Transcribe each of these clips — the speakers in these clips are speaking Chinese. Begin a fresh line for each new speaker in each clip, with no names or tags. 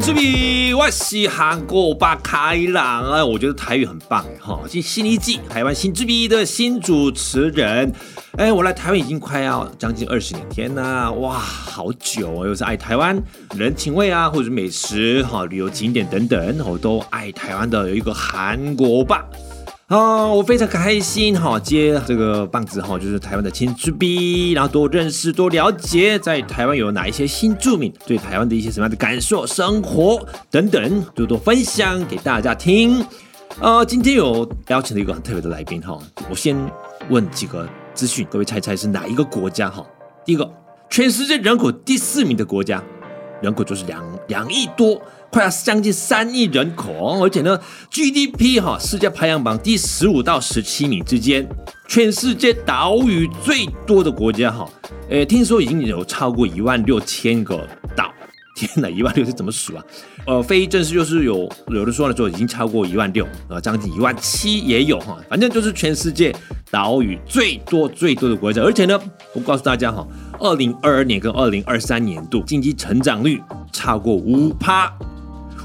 出名，我是韩国巴开朗啊！我觉得台语很棒哎哈！新新一季台湾新之名的新主持人，哎，我来台湾已经快要将近二十年，天呐，哇，好久哦！又是爱台湾人情味啊，或者是美食哈、旅游景点等等，我都爱台湾的有一个韩国吧。啊、我非常开心哈，接这个棒子哈，就是台湾的新住民，然后多认识、多了解，在台湾有哪一些新住民，对台湾的一些什么样的感受、生活等等，多多分享给大家听。呃，今天有邀请了一个很特别的来宾哈，我先问几个资讯，各位猜猜是哪一个国家哈？第一个，全世界人口第四名的国家，人口就是两两亿多，快要将近三亿人口哦，而且呢，GDP 哈、世界排行榜第十五到十七名之间，全世界岛屿最多的国家哈、呃，听说已经有超过一万六千个岛。天哪，一万六是怎么数啊？呃，非正式就是有有的说呢，就已经超过一万六，呃，将近一万七也有哈。反正就是全世界岛屿最多最多的国家，而且呢，我告诉大家哈，二零二二年跟二零二三年度经济成长率超过五趴。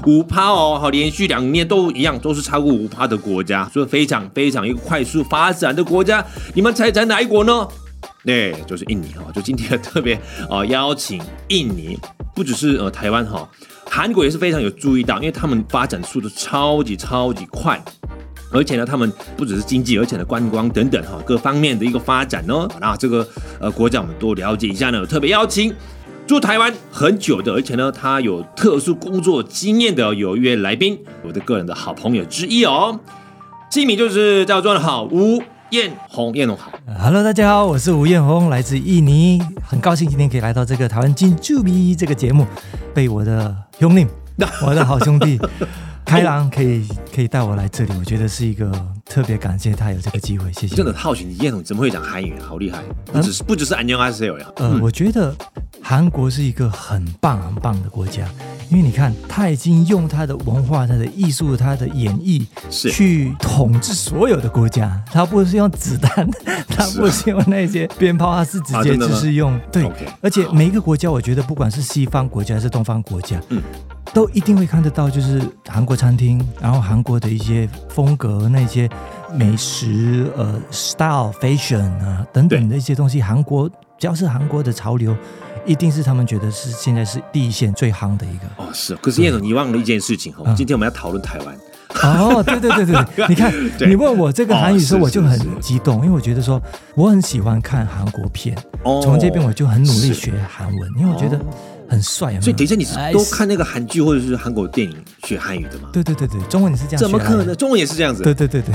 五趴哦，好，连续两年都一样，都是超过五趴的国家，所以非常非常一个快速发展的国家。你们猜猜哪一国呢？对，就是印尼哈、哦，就今天 特别呃邀请印尼，不只是呃台湾哈、韩国也是非常有注意到，因为他们发展速度超级超级快，而且呢，他们不只是经济，而且呢，观光等等哈各方面的一个发展哦。那这个呃国家我们多了解一下呢，有特别邀请住台湾很久的，而且呢，他有特殊工作经验的有一位来宾，我的个人的好朋友之一哦。姓名就是叫做好吴彦宏，彦宏好。
Hello，大家好，我是吴彦宏，来自印尼，很高兴今天可以来到这个台湾金柱比这个节目，被我的兄 弟，我的好兄弟开朗可以可以带我来这里，我觉得是一个特别感谢他有这个机会，谢谢
真。的很好奇，你彦宏怎么会讲韩语啊？好厉害！不只是、不只是안녕하세요呀，
呃，我觉得韩国是一个很棒很棒的国家，因为你看，他已经用他的文化、他的艺术、他的演绎
是
去统治所有的国家。他不是用子弹， 他不是用那些鞭炮，他是直
啊
接
真的
就
吗
是用、对
OK，。
而且
好
每一个国家，我觉得不管是西方国家还是东方国家，
嗯。
都一定会看得到，就是韩国餐厅，然后韩国的一些风格、那些美食、呃 style、fashion 啊等等的一些东西，韩国只要是韩国的潮流，一定是他们觉得是现在是第一线最夯的一个
哦是哦。可是彦宏，你忘了一件事情哦，
嗯
今天我们要讨论台湾，
哦，对对对对，你看
对
你问我这个韩语的时
哦
候，
是
我就很
是是
激动，因为我觉得说我很喜欢看韩国片，
哦
从这边我就很努力
是
学韩文，因为我觉得
哦
很帅。有没有
所以等一下你是
哎
都看那个韩剧或者是韩国电影学韩语的吗？
对对对哎对，中文你是这样
怎么
学来的
可能？中文也是这样子？
对对 对对，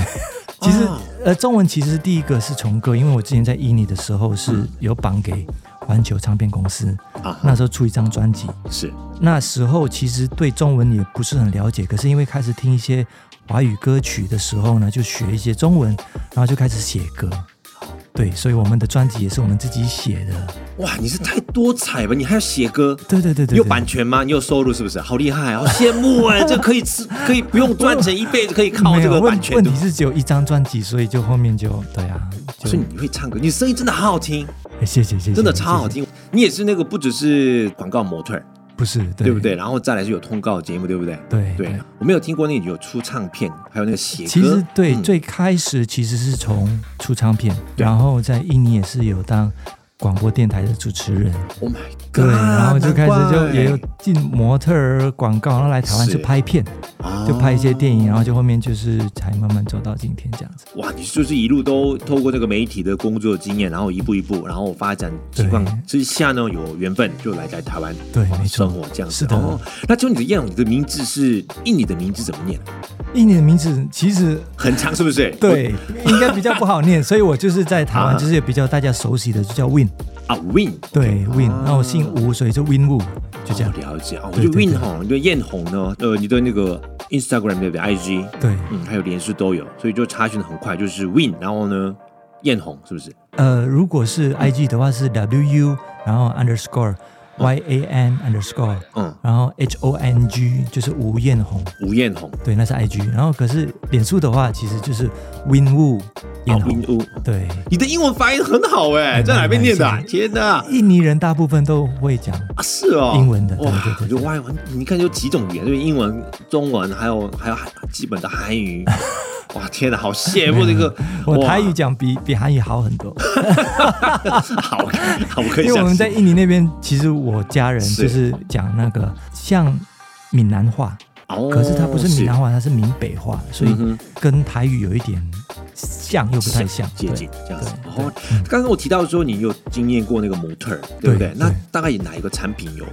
其实、
哦
呃，中文其实第一个是重歌，因为我之前在印尼的时候是有榜给环球唱片公司，
嗯啊哈，
那时候出一张专辑，
是
那时候其实对中文也不是很了解，可是因为开始听一些华语歌曲的时候呢，就学一些中文，然后就开始写歌。对，所以我们的专辑也是我们自己写的。
哇，你是太多彩吧？你还要写歌？
对对对对对
你有版权吗？你有收入是不是？好厉害，好羡慕 哎！这可以吃，可以不用赚钱，一辈子可以靠
没
这
有
个
问
版权
问
的
题。是只有一张专辑，所以就后面就对啊，就
所以你会唱歌，你声音真的好好听，
哎谢谢谢谢，
真的
谢谢
超好，听。你也是那个不只是广告模特儿，
不是对
对不？对？然后再来是有通告节目，对不对？
对哎
对，我没有听过那个有出唱片，还有那个写歌。
其实对，
嗯
最开始其实是从出唱片，
对
然后在印尼也是有当广播电台的主持人，
，Oh my God，
对，然后就开始就也有
难
进模特儿广告，然后来台湾
是
就拍片，
怪啊
就拍一些电影，然后就后面就是才慢慢走到今天这样子。
哇，你就是一路都透过这个媒体的工作经验，然后一步一步，然后发展情况之下呢，有缘分就来在台湾
对，没
生
错。
活这样子。
是的
哦，那就你的样，你的名字是印尼的名字怎么念？
印尼的名字其实
很长是不是？
对应该比较不 好念，所以我就是在台湾
啊
就是比较大家熟悉的，就叫 Win，
啊，Win
对 Win，那我姓吴，所以就 Win Wu，就这样
啊哦。了解啊。我
对
觉得
对
Win
对
哈，你的艳红呢，呃，你的那个 Instagram 对不对？IG
对，
嗯，还有连续都有，所以就查询的很快，就是 Win，然后呢，艳红是不是？
呃，如果是 IG 的话是 WU，然后 underscore Y A N underscore，
嗯，
然后 H O N G 就是吴彦宏，
吴彦宏，
对，那是 I G。然后可是脸书的话，其实就是 Win Wu
哦
彦，宏，
冰屋，
对，
你的英文发音很好哎、
嗯
在哪边念的、啊？
嗯
天哪！啊
印尼人大部分都会讲，
是哦，
英文的对
哇
对对，
我觉得外文，你看有几种语言，就是英文、中文，还有还有基本的韩语。哇，天哪，好羡慕这个！
我
哇
台语讲比比韩语好很 多，
好，好，我可以
因为我
相
们在
信。
印尼那边，其实我家人
是
就是讲那个像闽南话，
哦
可是它不是闽南话，它是闽北话，所以
嗯哼
跟台语有一点像又不太像，
接
对
近这样子。
对
哦，刚刚我提到说你有经验过那个模特儿，对不
对
对？那
对
大概有哪一个产品有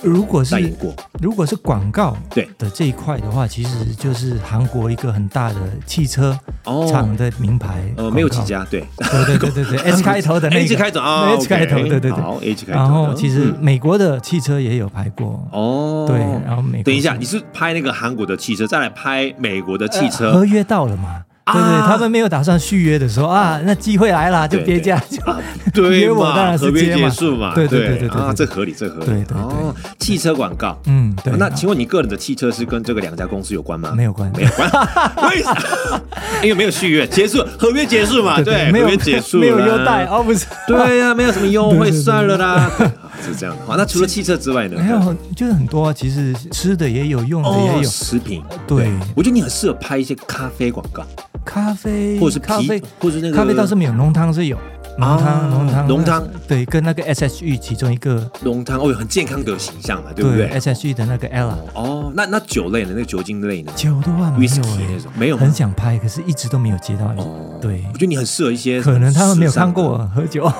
如果
代言
是
过？
如果是广告
对
的这一块的话，其实就是韩国一个很大的汽车
哦
厂的名牌广告，
呃，没有几家，对
对对对对对 ，S 开头的那个
H 开头啊
h 开头，
OK，
对对对。
好 H 开头的。
然后其实
嗯
美国的汽车也有拍过，
哦，
对，然后美国
等一下，你是拍那个韩国的汽车，再来拍美国的汽
呃
车
合约到了嘛？
啊
对对，他们没有打算续约的时候啊，那机会来了就
对
别
对
加，就
啊？对
约我当
嘛，
然是
合约
接
结
嘛
束嘛？
对对对对对
啊，
对
这合理，这合理。
对对对
哦，汽车广告。
嗯，对。
那请问你个人的汽车是跟这个两家公司有关吗？
没有关
没有 关， 为啥？因为没有续约，结束合约结束嘛，对，
没有
合约结束，
没有优待，哦，不是，
对呀，没有什么优
对
惠，
对对
算了啦， 对啊是这样的。好，那除了汽车之外呢？
没有，就是很多啊，其实吃的也有，用的
哦
哎也，有，
食品。
对，
我觉得你很适合拍一些咖啡广告，
咖啡
或者是
嗯咖啡
啤，或者是那个啊
咖啡倒是没有，浓汤是有，浓汤浓汤
浓汤，
对，跟那个 SHE 其中一个
浓汤哦，有很健康的形象嘛，对不对？
SHE E 的那个 Ella
哦，那那酒类呢？那个酒精类呢
酒的话没有
？Whisky 那
欸，
种没有吗
很想拍，可是一直都没有接到
哦，，
对
我，觉得你很适合一些，
可能他们没有看过我。喝 酒，
啊，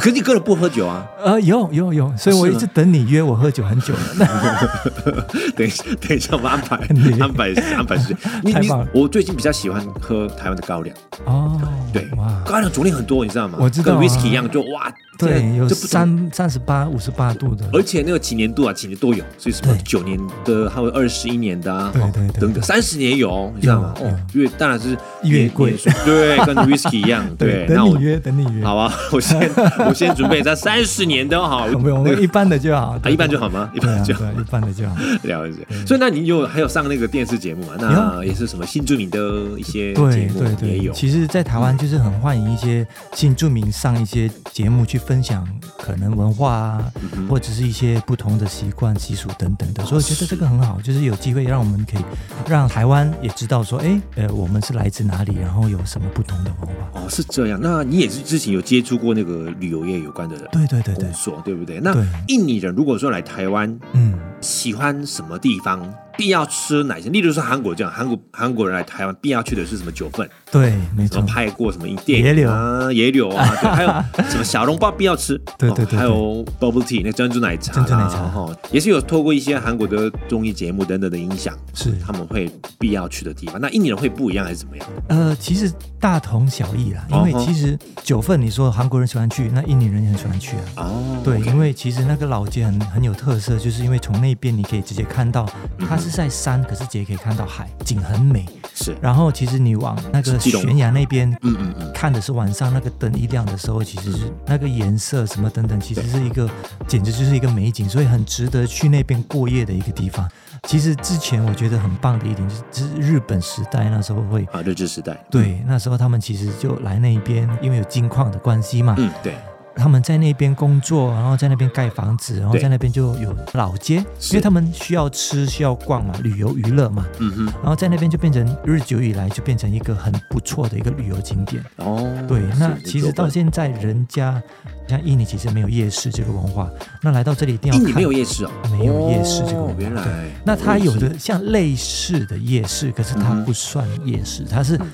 可是你个人不喝酒啊？
呃，有有有，所以我
是
一
吗
直等你约我喝酒很久 了。
等一下，等一下，我们安排
你
安排安排时间。你
太
你
棒了，
我最近比较喜欢喝台湾的高粱，
哦，
对
哇，，
高粱种类很多，你知道吗？
我知道啊
跟 whisky 一样，就哇，
对，有
就不同，
三三十八、五十八度的，
而且那个几年度啊，几年都有，所以什么
对
九年的，还有二十一年的啊，
对
哦
对对
等等，三十年有，你知道吗？
有
哦，因为当然是
越贵
年数对，跟 whisky 一 样，对。那
等
我
你约，等你约，
好啊， 我先我先准备在三十年都好，
我们我
那
们
个
一般的就好，
啊一般就好吗？一
对
般
啊，
就
对
好，
啊，一般的就好。
了解。所以那你有还有上那个电视节目嘛？那也是什么新著名的一些节
啊对
目啊
对
也
对，
有。
其实，在台湾就是很欢迎一些新住民上一些节目去分享可能文化啊，或者是一些不同的习惯、习俗等等的，所以我觉得这个很好，就是有机会让我们可以让台湾也知道说，哎，呃，我们是来自哪里，然后有什么不同的文化。
哦，是这样。那你也是之前有接触过那个旅游业有关的
对对对对
工，作，对不对？那
对
印尼人如果说来台湾，
嗯，
喜欢什么地方，必要吃哪些？例如说韩国这样，韩国韩国人来台湾必要去的是什么九份？
对，没
什
错
么，拍过什么电影啊、野柳啊， 对，还有什么小笼包必要吃，
对
哦
对对
还有 bubble tea 那珍珠奶茶啦，
珍珠奶茶
哈，也是有透过一些韩国的综艺节目等等的影响，
是
他们会必要去的地方。那印尼人会不一样还是怎么样？
呃，其实大同小异啦，因为
哦吼
其实九份你说韩国人喜欢去，那印尼人也很喜欢去啊。
哦，
对，
OK
因为其实那个老街很很有特色，就是因为从那边你可以直接看到，它是在山，可是直接可以看到海，景很美。
是，
然后其实你往那个
基隆
悬崖那边
嗯嗯嗯，
看的是晚上那个灯一亮的时候，其实是那个颜色什么等等，其实是一个简直就是一个美景，所以很值得去那边过夜的一个地方。其实之前我觉得很棒的一点就是，就是日本时代那时候会。
啊，日治时代，
对，那时候他们其实就来那边，因为有金矿的关系嘛，
嗯，对，
他们在那边工作，然后在那边盖房子，然后
对
在那边就有老街，
是
因为他们需要吃、需要逛嘛，旅游娱乐嘛，
嗯哼，
然后在那边就变成日久以来就变成一个很不错的一个旅游景点。
哦，
对，那
是
其实到现在人家像印尼其实没有夜市这个文化，那来到这里一定要
印尼
看。
没有夜市哦，
没有夜市这个文
哦
化，
原来
对。那它有
我也
的像类似的夜市，可是它
嗯哼
不算夜市，它是
嗯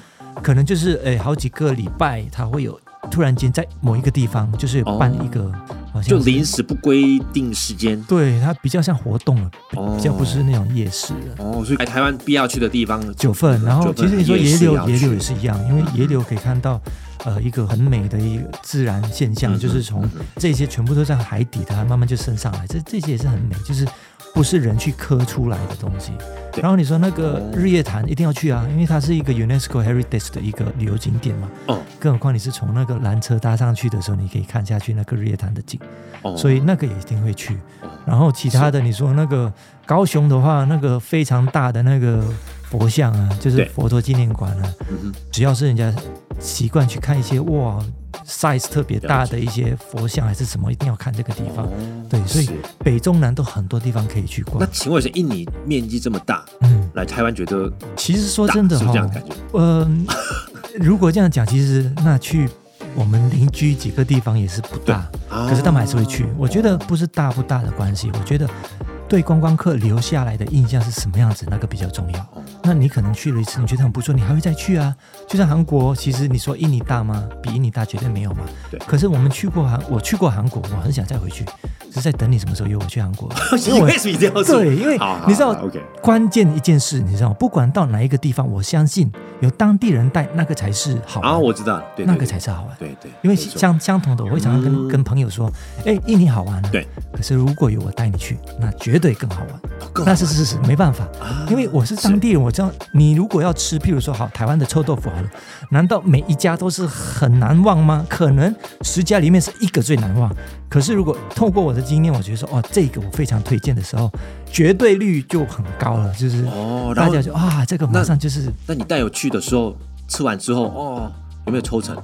可能就是诶、好几个礼拜，它会有突然间在某一个地方就是有办一个，好像
哦是就是临时不规定时间。
对它比较像活动了，比
哦
比较不是那种夜市了。
哦，所以来台湾必要去的地方，
九份，然后
九
其
份
实你说
也
野
是
柳
要，
野柳
去
也是一样，因
嗯
为野柳可以看到，呃，一个很美的一个自然现象，
嗯
就是从这些全部都在海底的，它慢慢就升上来，这这些也是很美，就是不是人去刻出来的东西。
对
然后你说那个
哦
日月潭一定要去啊，因为它是一个 UNESCO Heritage 的一个旅游景点嘛。
哦，
更何况你是从那个缆车搭上去的时候，你可以看下去那个日月潭的景，
哦
所以那个也一定会去
哦。
然后其他的，你说那个高雄的话，那个非常大的那个佛像啊，就是
对
佛陀纪念馆啊，
嗯哼
只要是人家习惯去看一些哇 size 特别大
了解
的一些佛像还是什么，一定要看这个地方。
哦
啊对，所以
是
北中南都很多地方可以去
那
逛。
请问一下，印尼面积这么大，
嗯，
来台湾觉得
其实说
大
哦真的
是不
哈
是这，样的感觉？
嗯，如果这样讲，其实那去我们邻居几个地方也是不大，
啊
可是他们还是会去。我觉得不是大不大的关系，我觉得对观光客留下来的印象是什么样子，那个比较重要
哦。
那你可能去了一次，你觉得很不错，你还会再去啊。就像韩国，其实你说印尼大吗？比印尼大绝对没有嘛。
对。
可是我们去过韩，我去过韩国，我很想再回去，只是在等你什么时候约我去韩国 因为我
为什么这样说？
对，因为
好好
你知道
好，OK
关键一件事，你知道吗，不管到哪一个地方，我相信有当地人带，那个才是好玩，
啊，我知道了，对，对
那个
对
才是好玩。
对对，
因为
没错
相相同的，我会常常跟、
嗯
跟朋友说，哎、印尼好玩啊。
对。
可是如果有我带你去，那绝对更好玩，
哦更
那是事实，没办法。
啊
因为我是当地人，我知道你如果要吃，譬如说好台湾的臭豆腐好了，难道每一家都是很难忘吗？可能十家里面是一个最难忘。可是如果透过我的经验，我觉得说哦，这个我非常推荐的时候，绝对率就很高了，就是
哦然
大
后
家就啊，这个马上就是
那你带我去的时候，吃完之后，哦，有没有抽成？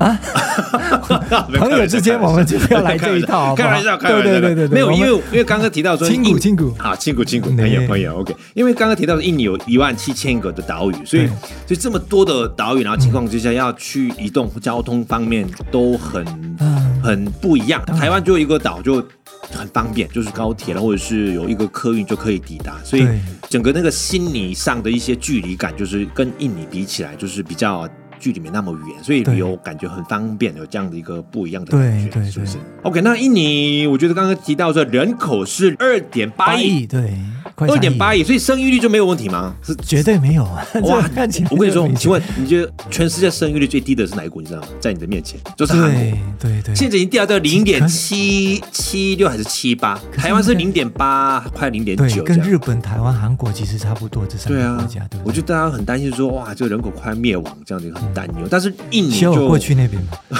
啊，
朋友之间我们就不要来这一套好不
开
好
玩笑，开玩笑，
对对对对对
没有，
我们
因为因为刚刚提到说
亲骨
印
亲骨
啊，亲骨亲骨，
对
朋友朋友，OK，因为刚刚提到印尼有一万七千个的岛屿，所以
对
所以这么多的岛屿，然后情况之下要去移动交通方面都很
嗯
很不一样，
当然
台湾就有一个岛就。很方便，就是高铁了，或者是有一个客运就可以抵达，所以
对
整个那个心理上的一些距离感，就是跟印尼比起来，就是比较距离没那么远，所以
对
旅游感觉很方便，有这样的一个不一样的
对
感觉，
对
是不是？OK，那印尼，我觉得刚刚提到说人口是二点八亿，
对，快
二
三
点八
亿，
亿，所以生育率就没有问题吗？是
绝对没有啊！ 这个看起来
我跟你
就
说
没，
请问你觉得全世界生育率最低的是哪一国？你知道吗？在你的面前就是韩国。
对对对，
现在已经掉到零点七七六还是七八，
是
台湾是
那
零点八，快零点
对
九，这
跟
样。
日本、台湾、韩国其实差不多，这三
对
个
啊
国家，对不
我
对？
就大家很担心说，哇，这个人口快灭亡，这样子很担忧。但是印尼
嗯希
就
望我过去那边吧。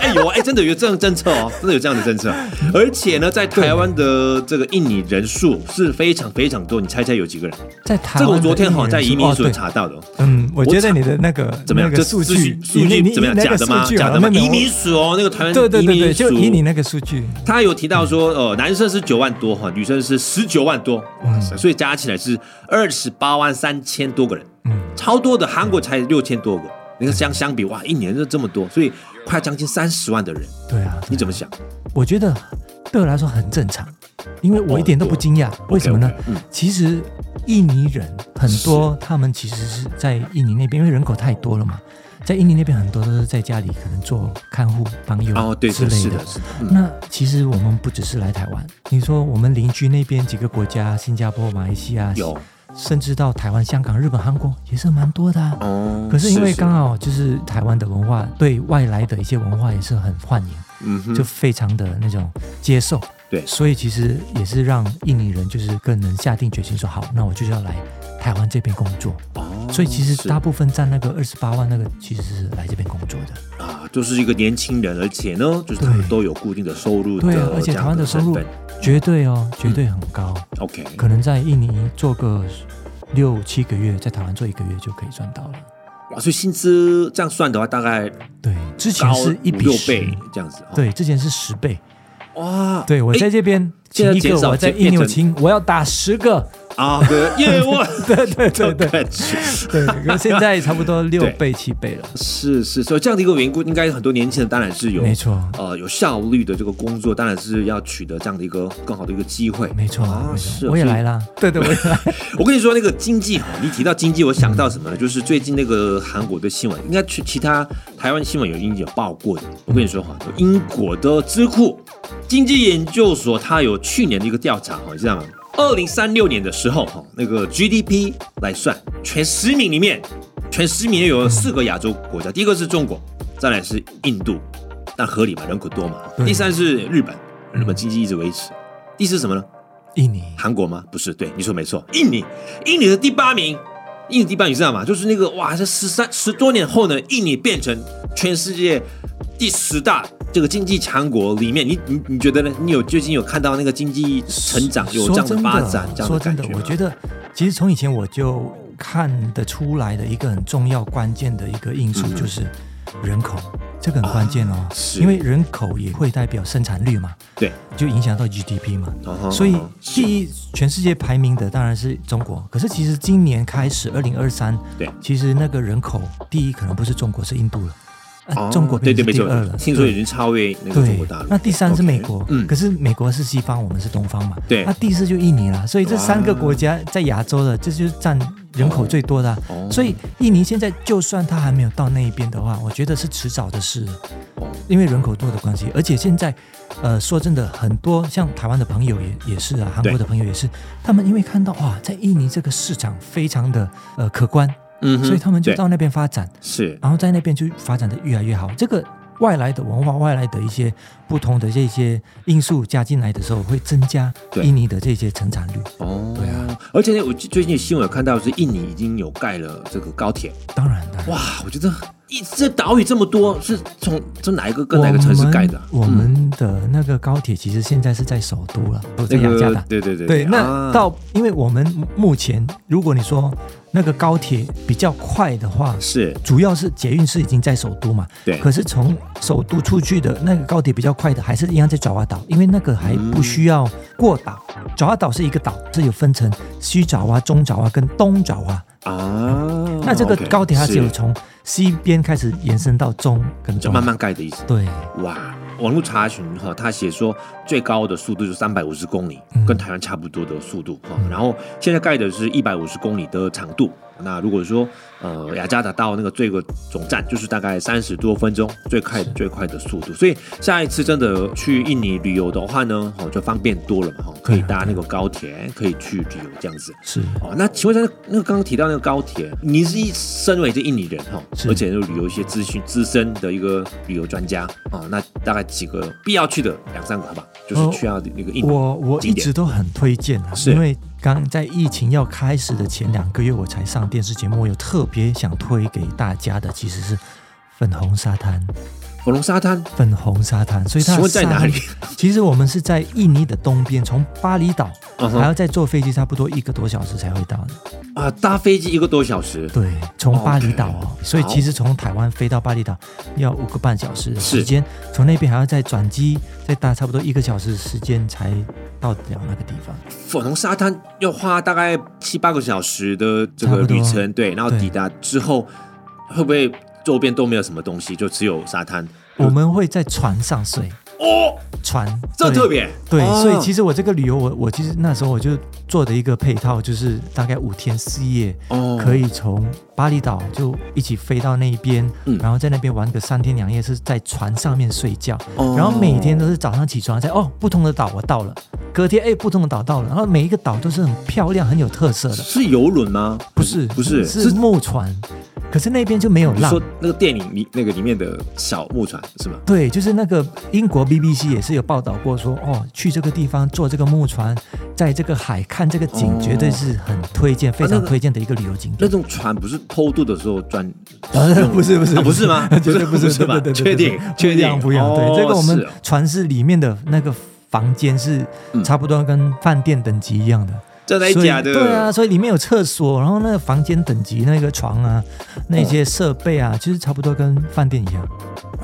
哎有啊，哎真的有这样的政策哦，真的有这样的政策。 而且呢，在台湾的这个印尼人数是非常非常多，你猜猜有几个人？
在台
这
湾
个
的
我昨
印尼人数，
天好像在移民署
哦对
查到的哦。
嗯，我觉得你的那个
怎么样？
那
这
个数
资
据
讯数
你
据
你
怎么样？
你那
假
个
的
数
吗？
据
假
啊
的吗？
没有
移民署哦，那个台湾
对对
移
对对，
民
就
署，
以你那个数据，
他有提到说，呃，男生是九万多哈，女生是十九万多，
嗯
哇塞，所以加起来是二十八万三千多个人，
嗯，
超多的。韩国才六千多个，你看相相比，哇，一年就这么多，所以快将近三十万的人，
对啊，
你怎么想？
我觉得对我来说很正常，因为我
哦
一点都不惊讶。为什么呢
OK，OK，嗯
其实印尼人很多，他们其实是在印尼那边，因为人口太多了嘛，在印尼那边很多都是在家里可能做看护、帮佣
哦，对，
之
是
类
是
的
的，。是的，嗯，
那其实我们不只是来台湾，你说我们邻居那边几个国家，新加坡、马来西亚，
有
甚至到台湾、香港、日本、韩国也是蛮多的、啊。
哦。
可是因为刚
好，
好就是台湾的文化对外来的一些文化也是很欢迎，
嗯哼，
就非常的那种接受。
对
所以其实也是让印尼人就是更能下定决心说，好，那我就是要来台湾这边工作。
哦
所以其实
是
大部分占那个二十八万那个，其实是来这边工作的。
啊，就是一个年轻人，而且呢，就是他
对
们都有固定的收入的嗯这
对
样身
啊
份，，
而且台湾的收入绝对哦，绝对很高，
OK，
可能在印尼做个六七个月，在台湾做一个月就可以赚到了。
哇，所以薪资这样算的话，大概
对，之前
高
是一
五
比
六
十
倍这样子，哦，
对，之前是十倍。
哇，
对我
哎
在这边
现
请
在
一
减
个，
少
我在
减
印尼
变
我
成
请，我要打十个。
啊，对，耶，我
对对对 对
感觉
对，可是现在差不多六
对
倍七倍了。
是是，所以这样的一个缘故，应该很多年轻人当然是有
没错，
呃有效率的这个工作，当然是要取得这样的一个更好的一个机会。
没错，
啊
没
是
错我也
所以
来啦。对对，我也来。
我跟你说，那个经济哈，你提到经济，我想到什么呢？就是最近那个韩国的新闻，应该去其他台湾新闻有应有报过的。我跟你说哈，有英国的智库经济研究所，它有去年的一个调查哈，你知道吗？二零三六年的时候哈，那个 GDP 来算，前十名里面，前十名有四个亚洲国家，第一个是中国，再来是印度，但合理嘛，人口多嘛。
对
第三是日本，日本经济一直维持。第四是什么呢？
印尼
韩国吗？不是，对，你说没错，印尼，印尼的第八名，印尼第八名你知道吗？就是那个哇，这十三十多年后呢，印尼变成全世界第十大这个经济强国里面，你你你觉得呢？你有最近有看到那个经济成长有这样的发展，这样
说
的
真
感
的
觉，吗？
我觉得其实从以前我就看得出来的一个很重要关键的一个因素
嗯啊
就是人口，这个很关键哦，
是
因为人口也会代表生产率嘛，
对，
就影响到 GDP 嘛。
嗯哼
所以
嗯哼是
第一，全世界排名的当然是中国。可是其实今年开始，二零二三，
对
其实那个人口第一可能不是中国，是印度了。啊
哦
中国
对对
变成
没
第
错
二了，，
听说
对
已经超越那个中
对
国大陆，。
那第三是
OK，
美国，
嗯
可，是美国是西方，我们是东方嘛，
对
那第四就印尼了，所以这
哇
三个国家在亚洲的，这就是占人口最多的啊、
哦
所以印尼现在就算它还没有到那一边的话，我觉得是迟早的事
哦，
因为人口多的关系，而且现在，呃，说真的，很多像台湾的朋友也也是啊，韩
对
国的朋友也是，他们因为看到哇，在印尼这个市场非常的呃可观，
嗯哼，
所以他们就
对
到那边发展。
是
然后在那边就发展的越来越好。这个外来的文化、外来的一些不同的这些因素加进来的时候，会增加
对
印尼的这些成长率。
哦，
对啊，
而且呢，我最近新闻有看到是印尼已经有盖了这个高铁，
当然，当然，
哇，我觉得一这岛屿这么多，是从从哪一个跟哪个城市盖的啊？
我们我们的那个高铁其实现在是在首都了，都在
那
雅加
个
达。
对对对
对，那
啊
到因为我们目前，如果你说那个高铁比较快的话，
是
主要是捷运是已经在首都嘛，
对
可是从首都出去的那个高铁比较快的，还是一样在爪哇岛，因为那个还不需要过岛。爪哇岛是一个岛，是有分成西爪哇、中爪哇跟东爪哇。
啊，
那这个
OK，
高铁它只有
是
从西边开始延伸到中跟
就
中，
慢慢盖的意思。
对，
哇，网络查询哈，他写说最高的速度是三百五十公里，
嗯
跟台湾差不多的速度哈。然后现在盖的是一百五十公里的长度。那如果说呃雅加达到那个最个总站，就是大概三十多分钟，最快
是
最快的速度。所以下一次真的去印尼旅游的话呢，哦就方便多了嘛哈，可以搭那个高铁，可以去旅游这样子。
是。
哦，那请问一下，那个刚刚提到那个高铁，你是一身为这印尼人哈，
是
而且又旅游一些资讯资深的一个旅游专家啊、那大概几个必要去的两三个好吧，就是
哦
去到那个印尼，
我我一
经典
直都很推荐啊，
是
因为刚在疫情要开始的前两个月，我才上电视节目，我有特别想推给大家的，其实是粉红沙滩。
火龙沙滩，
粉红沙滩，所以它
请
的
问在
沙滩
哪里？
其实我们是在印尼的东边，从巴厘岛
嗯哼
还要再坐飞机差不多一个多小时才会到的。
啊，搭飞机一个多小时，
对，从巴厘岛哦
OK，
所以其实从台湾飞到巴厘岛要五个半小时的
是
时间，从那边还要再转机，再搭差不多一个小时时间才到得了那个地方。
粉红沙滩要花大概七八个小时的这
差
个
不多
旅程，对，然后
对
抵达之后会不会周边都没有什么东西，就只有沙滩？
我们会在船上睡，
哦，
船
这很
对
特别，
对，
哦
所以其实我这个旅游，我我其实那时候我就做的一个配套，就是大概五天四夜，
哦
可以从巴厘岛就一起飞到那一边，
嗯
然后在那边玩个三天两夜，是在船上面睡觉，
哦
然后每天都是早上起床在哦不同的岛我到了，隔天哎不同的岛到了，然后每一个岛都是很漂亮很有特色的，
是游轮吗？
不是
不是
是木船，可是那边就没有
你
浪
说。那个电影里那个里面的小木船是吗？
对，就是那个英国 BBC 也是有报道过说，哦，去这个地方坐这个木船，在这个海看这个景，
哦啊
绝对是很推荐、非
那
常
个
推荐的一个旅游景
那
点。
种船不是偷渡的时候专
呃
用的，
不是不是？
啊不是吗
绝对不是，
是吧？
对对对
确
对对
定
对
确
不一
定
样不一样。对，
哦
这个我
是
们
哦
船是里面的那个房间是
嗯
差不多跟饭店等级一样的。
真的
所以
假的？
对啊，所以里面有厕所，然后那个房间等级、那个床啊、
嗯
那些设备啊，其实差不多跟饭店一样。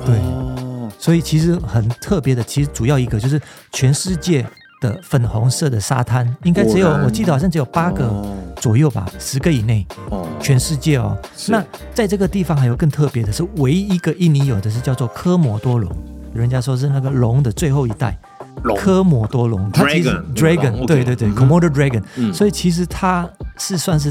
对，
哦，
所以其实很特别的，其实主要一个就是全世界的粉红色的沙滩，应该只有
果然
我记得好像只有八个
哦
左右吧，十个以内，
哦，
全世界哦。
是
那在这个地方还有更特别的是，唯一一个印尼有的是叫做科摩多龙，人家说是那个龙的最后一代。
龙
科摩多龙，它其实
Dragon，那个龙
dragon，
，OK
对对对
嗯哼
，Komodo dragon，
嗯
所以其实它是算是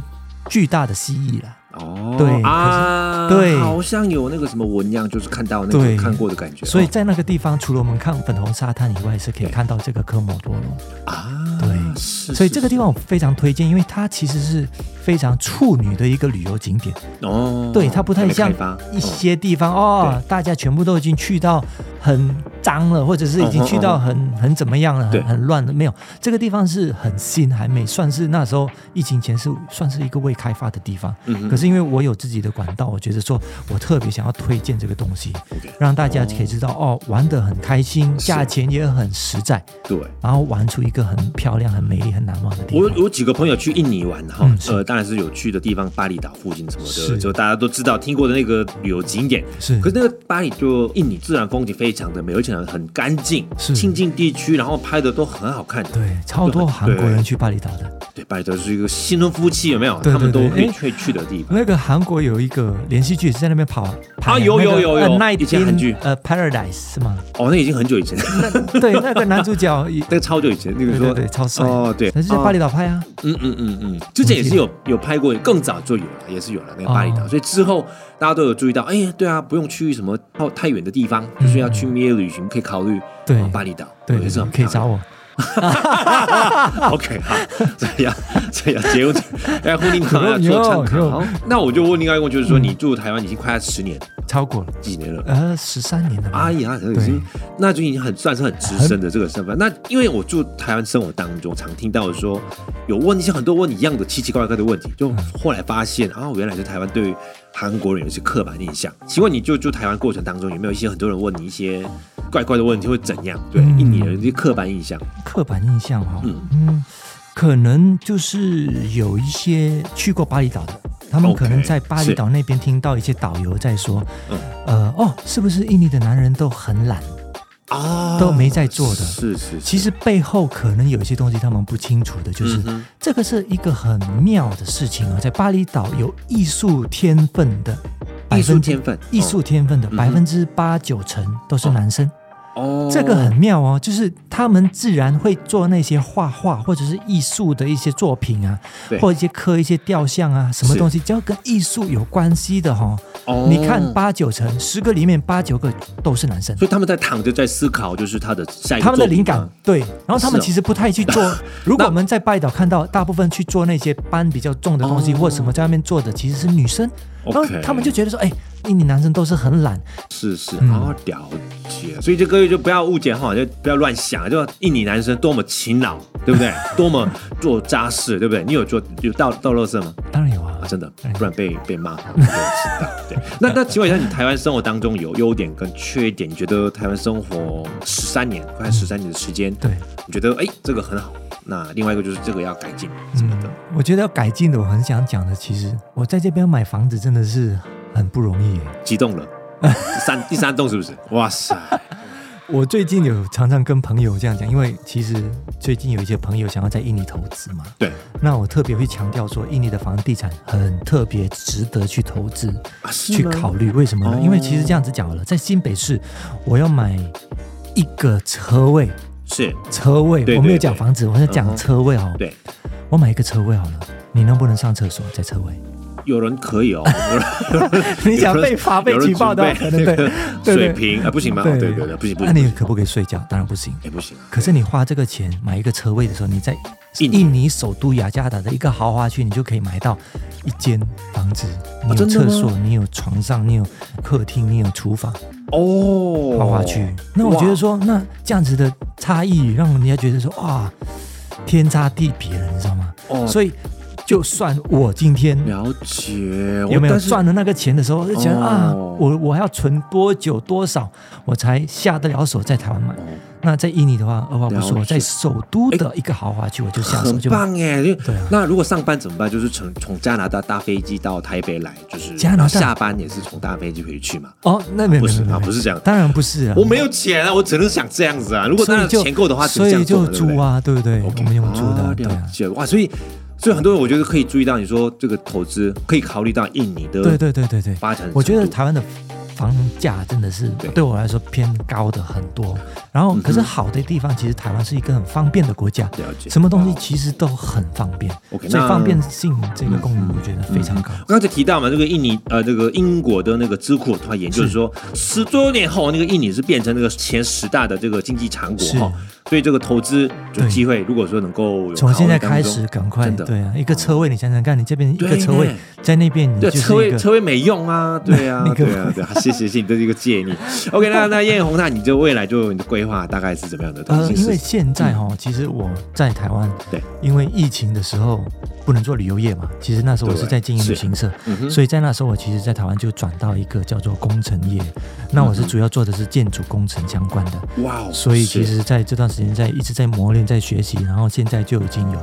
巨大的蜥蜴了。
哦
对
啊，
可是对
好像有那个什么纹样，就是看到那个
对
看过的感觉，
所以
哦
在那个地方，除了我们看粉红沙滩以外，是可以
对
看到这个科摩多龙。
啊，
对
是，
所以这个地
方
方我非常推荐，因为它其实是非常处女的一个旅游景点。
哦，
对，它不太
还没
像
开发哦
哦一些地方哦，大家全部都已经去到很脏了，或者是已经去到
嗯
很很怎么样了，
对
很很乱了，没有。这个地方是很新，还没算是那时候疫情前是算是一个未开发的地方。
嗯哼
可是因为我有自己的管道，我觉得说我特别想要推荐这个东西，让大家可以知道哦，玩得很开心，
是
价钱也很实在，
对。
然后玩出一个很漂亮、很美丽、很难忘的地
我
方。
有几个朋友去印尼玩哈
嗯，是
呃，当然是有趣的地方，巴厘岛附近什么的，
是
就大家都知道听过的那个旅游景点。
是
可是那个巴黎就印尼自然风景非常的美，而且很干净，
是
清静地区，然后拍的都很好看。
对，超多韩国人去巴厘岛的。
对，巴厘岛是一个新婚夫妻有没有？
对对
他们都
对
会
哎
去去的地方。
那个韩国有一个连续剧是在那边跑拍
啊有有有有
那
以前韩剧
呃 Paradise 是吗？
哦，那已经很久以前，
对，那个男 主角也
那个超久以前，那个
对
说
对对超帅
哦，对，
他是在巴厘
岛，
岛拍啊，
嗯嗯嗯嗯，之前也是有有拍过，更早就有了，也是有了那个巴厘岛，
哦
所以之后大家都有注意到，哎，对啊，不用去什么太太远的地方，就是要去蜜月旅行，可以考虑
嗯对
哦巴厘岛，
对，
也是很
可
漂
以
亮
找我。
OK，好，这样这样结婚，哎，婚姻可能
有
要做参
有
考。好那我就问另外一个问题，就是说你住台湾已经快要十年
超过了
几年了。
呃十三年了吧，
哎呀，已经，那就已经很算是很资深的这个身份。那因为我住台湾生活当中，常听到说有问一些很多问一样的奇奇怪怪的问题，就后来发现啊，原来在台湾对韩国人有一些刻板印象。请问你就住台湾过程当中，有没有一些很多人问你一些怪怪的问题，会怎样？对，
嗯
印尼人的刻板印象，
刻板印象哈、
嗯
嗯，可能就是有一些去过巴厘岛的，他们
哦 OK，
可能在巴厘岛那边听到一些导游在说，
嗯
呃哦，是不是印尼的男人都很懒？
哦，
都没在做的
是是，是
其实背后可能有一些东西他们不清楚的，就是、
嗯哼
这个是一个很妙的事情哦，在巴厘岛有艺术天分的百
艺术
分之，
天分，哦
艺术天分的
嗯
百分之八九成都是男生，
哦，
这个很妙哦，就是他们自然会做那些画画或者是艺术的一些作品啊
对，
或一些刻一些雕像啊，什么
是
东西只要跟艺术有关系的哈、哦，
哦
你看八九成十个里面八九个都是男生。
所以他们在躺着在思考，就是他的下一个
他们的
作品
灵感
吗，
对，然后他们
是哦
其实不太去做。 如果我们在拜岛看到，大部分去做那些搬比较重的东西
哦
或什么在外面做的，其实是女生。然后
OK
他们就觉得说，哎，印尼男生都是很懒，
是是
嗯
哦，了解。所以这各位就不要误解哈，就不要乱想，就印尼男生多么勤劳，对不 对？多么做家事，对不对？你有做有倒倒垃圾吗？
当然有啊
啊，，真的，不然被被骂，不知道。对， 那那请问一下，你台湾生活当中有优点跟缺点？你觉得台湾生活十三年，快十三年的时间，
对，
你觉得哎这个很好？那另外一个就是这个要改进什
嗯
么的。，
我觉得要改进的，我很想讲的，其实我在这边买房子真的是很不容易耶。
激动了， 三第三栋是不是？哇塞，
我最近有常常跟朋友这样讲，因为其实最近有一些朋友想要在印尼投资嘛，
对
那我特别会强调说，印尼的房地产很特别，值得去投资。
啊，是
去
吗
考虑。为什么呢
哦？
因为其实这样子讲好了，在新北市，我要买一个车位，
是，
车位
对
我没
对
有讲
对
房子，我在
嗯哼
讲车位哦。
对，
我买一个车位好了，你能不能上厕所在 车位？
有人可 以哦，有人有人
你想被罚被
有人
举报的话
准
可能
备
对
那个
对对
水平啊，不行吗？哦对对对，不行不
那
行，哎
你可不可以睡觉？当然不行。
也不行，
可是你花这个钱买一个车位的时候，你在
印尼
印尼首都雅加达的一个豪华区，你就可以买到一间房子，你有
哦真的吗
厕所，你有床上，你有客厅，你有厨房，
哦，
豪华区。那我觉得说，那这样子的差异，让人家觉得说，哇，天差地别了，你知道吗？
哦
所以，就算我今天
哇了解，我
有没有
但是
赚了那个钱的时候，我就觉得、啊
哦，
我我还要存多久多少，我才下得了手在台湾买？
哦
那在印尼的话，二话不
了
说，
解
在首都的一个豪华区，我就下手
很
就买。
棒哎！就
对啊
那如果上班怎么办？就是从从加拿大搭飞机到台北来，就是
加拿大
下班也是从搭飞机回去嘛。
哦，那没有
不
没
是
有没
啊
有，
不是这样
当然不是啊。
我没有钱啊，我只能想这样子啊。如果
所
当
以
然
就
钱够的话，只
所
能这
以
样做
就
嘛对不对
租啊，对不对？我
OK，
们用租的
啊
啊，对
了
啊。
解哇，所以所以很多人我觉得可以注意到，你说这个投资可以考虑到印尼的
对对对对对，
发展程度，
我觉得台湾的房价真的是
对
对我来说偏高的很多。然后，可是
嗯哼
好的地方，其实台湾是一个很方便的国家，
了解
什么东西
哇
其实都很方便，
OK，
所以
那嗯
方便性这个功能我觉得非常高。
我刚才提到嘛，这个印尼呃，这个英国的那个智库他研究
是
说，十多年后那个印尼是变成那个前十大的这个经济强国
是
哈。所以这个投资有
对
机会，如果说能够有
从现在
考虑当
开
中
始，赶快
真的
对啊，一个车位你想想看，你这边一个
对
车位
呢，
在那边你
对，
就
车
是一
位
个
车位没用啊，对啊，
那个
对啊，对啊，谢谢谢谢你的这个建议。OK，那那艳红，那你就未来就你的规划大概是怎么样的东
呃，
西？
因为现在哈、其实我在台湾，
对，
因为疫情的时候不能做旅游业嘛，其实那时候我是
对
在经营
是
旅行社，
嗯哼
所以在那时候我其实，在台湾就转到一个叫做工程业，那我是
嗯
主要做的是建筑工程相关的，
哇哦，
所以其
是
实在这段时间在一直在磨练，在学习，然后现在就已经有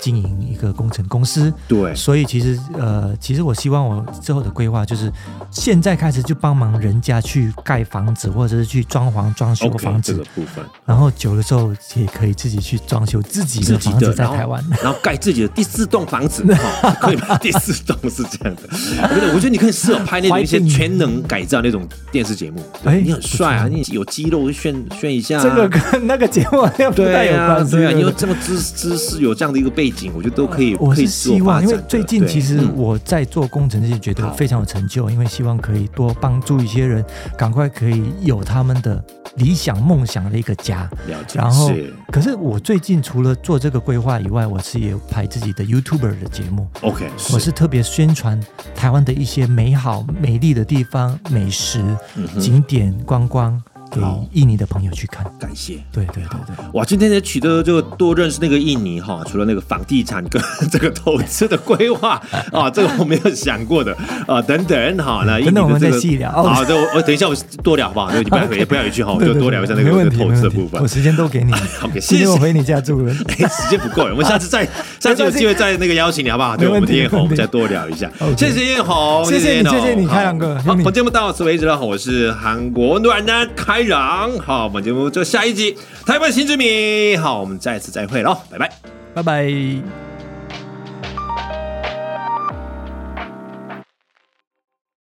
经营一个工程公司，
对
所以其实呃，其实我希望我之后的规划就是，现在开始就帮忙人家去盖房子，或者是去装潢、装修
OK
房
这
子，
个部分，
然后久了之后也可以自己去装修自己
自
的
己
房
的
子，在台湾。
然后，然后盖自己的第四栋房 子，哈，可以吧？第四栋是这样的，我觉得我觉得你可以适合拍那种一些
怀孕
全能改造那种电视节目。对
哎
你很帅啊，
不错
你有肌肉炫炫一下啊，
这个跟那个节目好像不太
对
有
啊
关，系。
对啊，你
对
有
不
这么知知识，有这样的一个背景，我觉得都可以，
我
可以
是
自我
希
发
望，因
展
为
的
最近
对
其实
嗯
我在做工程这些，觉得
好
非常有成就，因为希望可以多帮助一些人，赶快可以有他们的理想梦想的一个家。
了解，
然后
是，
可是我最近除了做这个规划以外，我是也有拍自己的 YouTuber 的节目，
OK，
我是特别宣传台湾的一些美好、美丽的地方、美食、
嗯哼
景点观光给
好
印尼的朋友去看。
感谢。
对对对对，
哇，今天也取得就多认识那个印尼哈，除了那个房地产跟 这个投资的规划啊，这个我没有想过的啊，等等哈，那印尼
嗯等等我
的
们
这个
再细聊
好，这我我等一下我多聊好不 好？对，你不要也不要一句哈，我
对
就
对
多
对
聊一下那
没
个
问
这个
题
投
没
资
问
的
题
部分
我。时间都给你。
OK，谢
今
谢
天我。回你家住了。
哎，时间不够，我们 下次再下次有机会再那个邀请你好不好？对
没
我
问
们的
题
艳红，我
没
们
问题
再多聊一下。
OK
谢谢艳红，
谢谢
艳
你
红
谢谢你
好
开朗哥
好，
谢谢你
本节目到此为止了，我是韩国暖男开朗。好，本 节目就下一集台湾新之谜。好，我们再次再会喽，拜拜。
拜拜。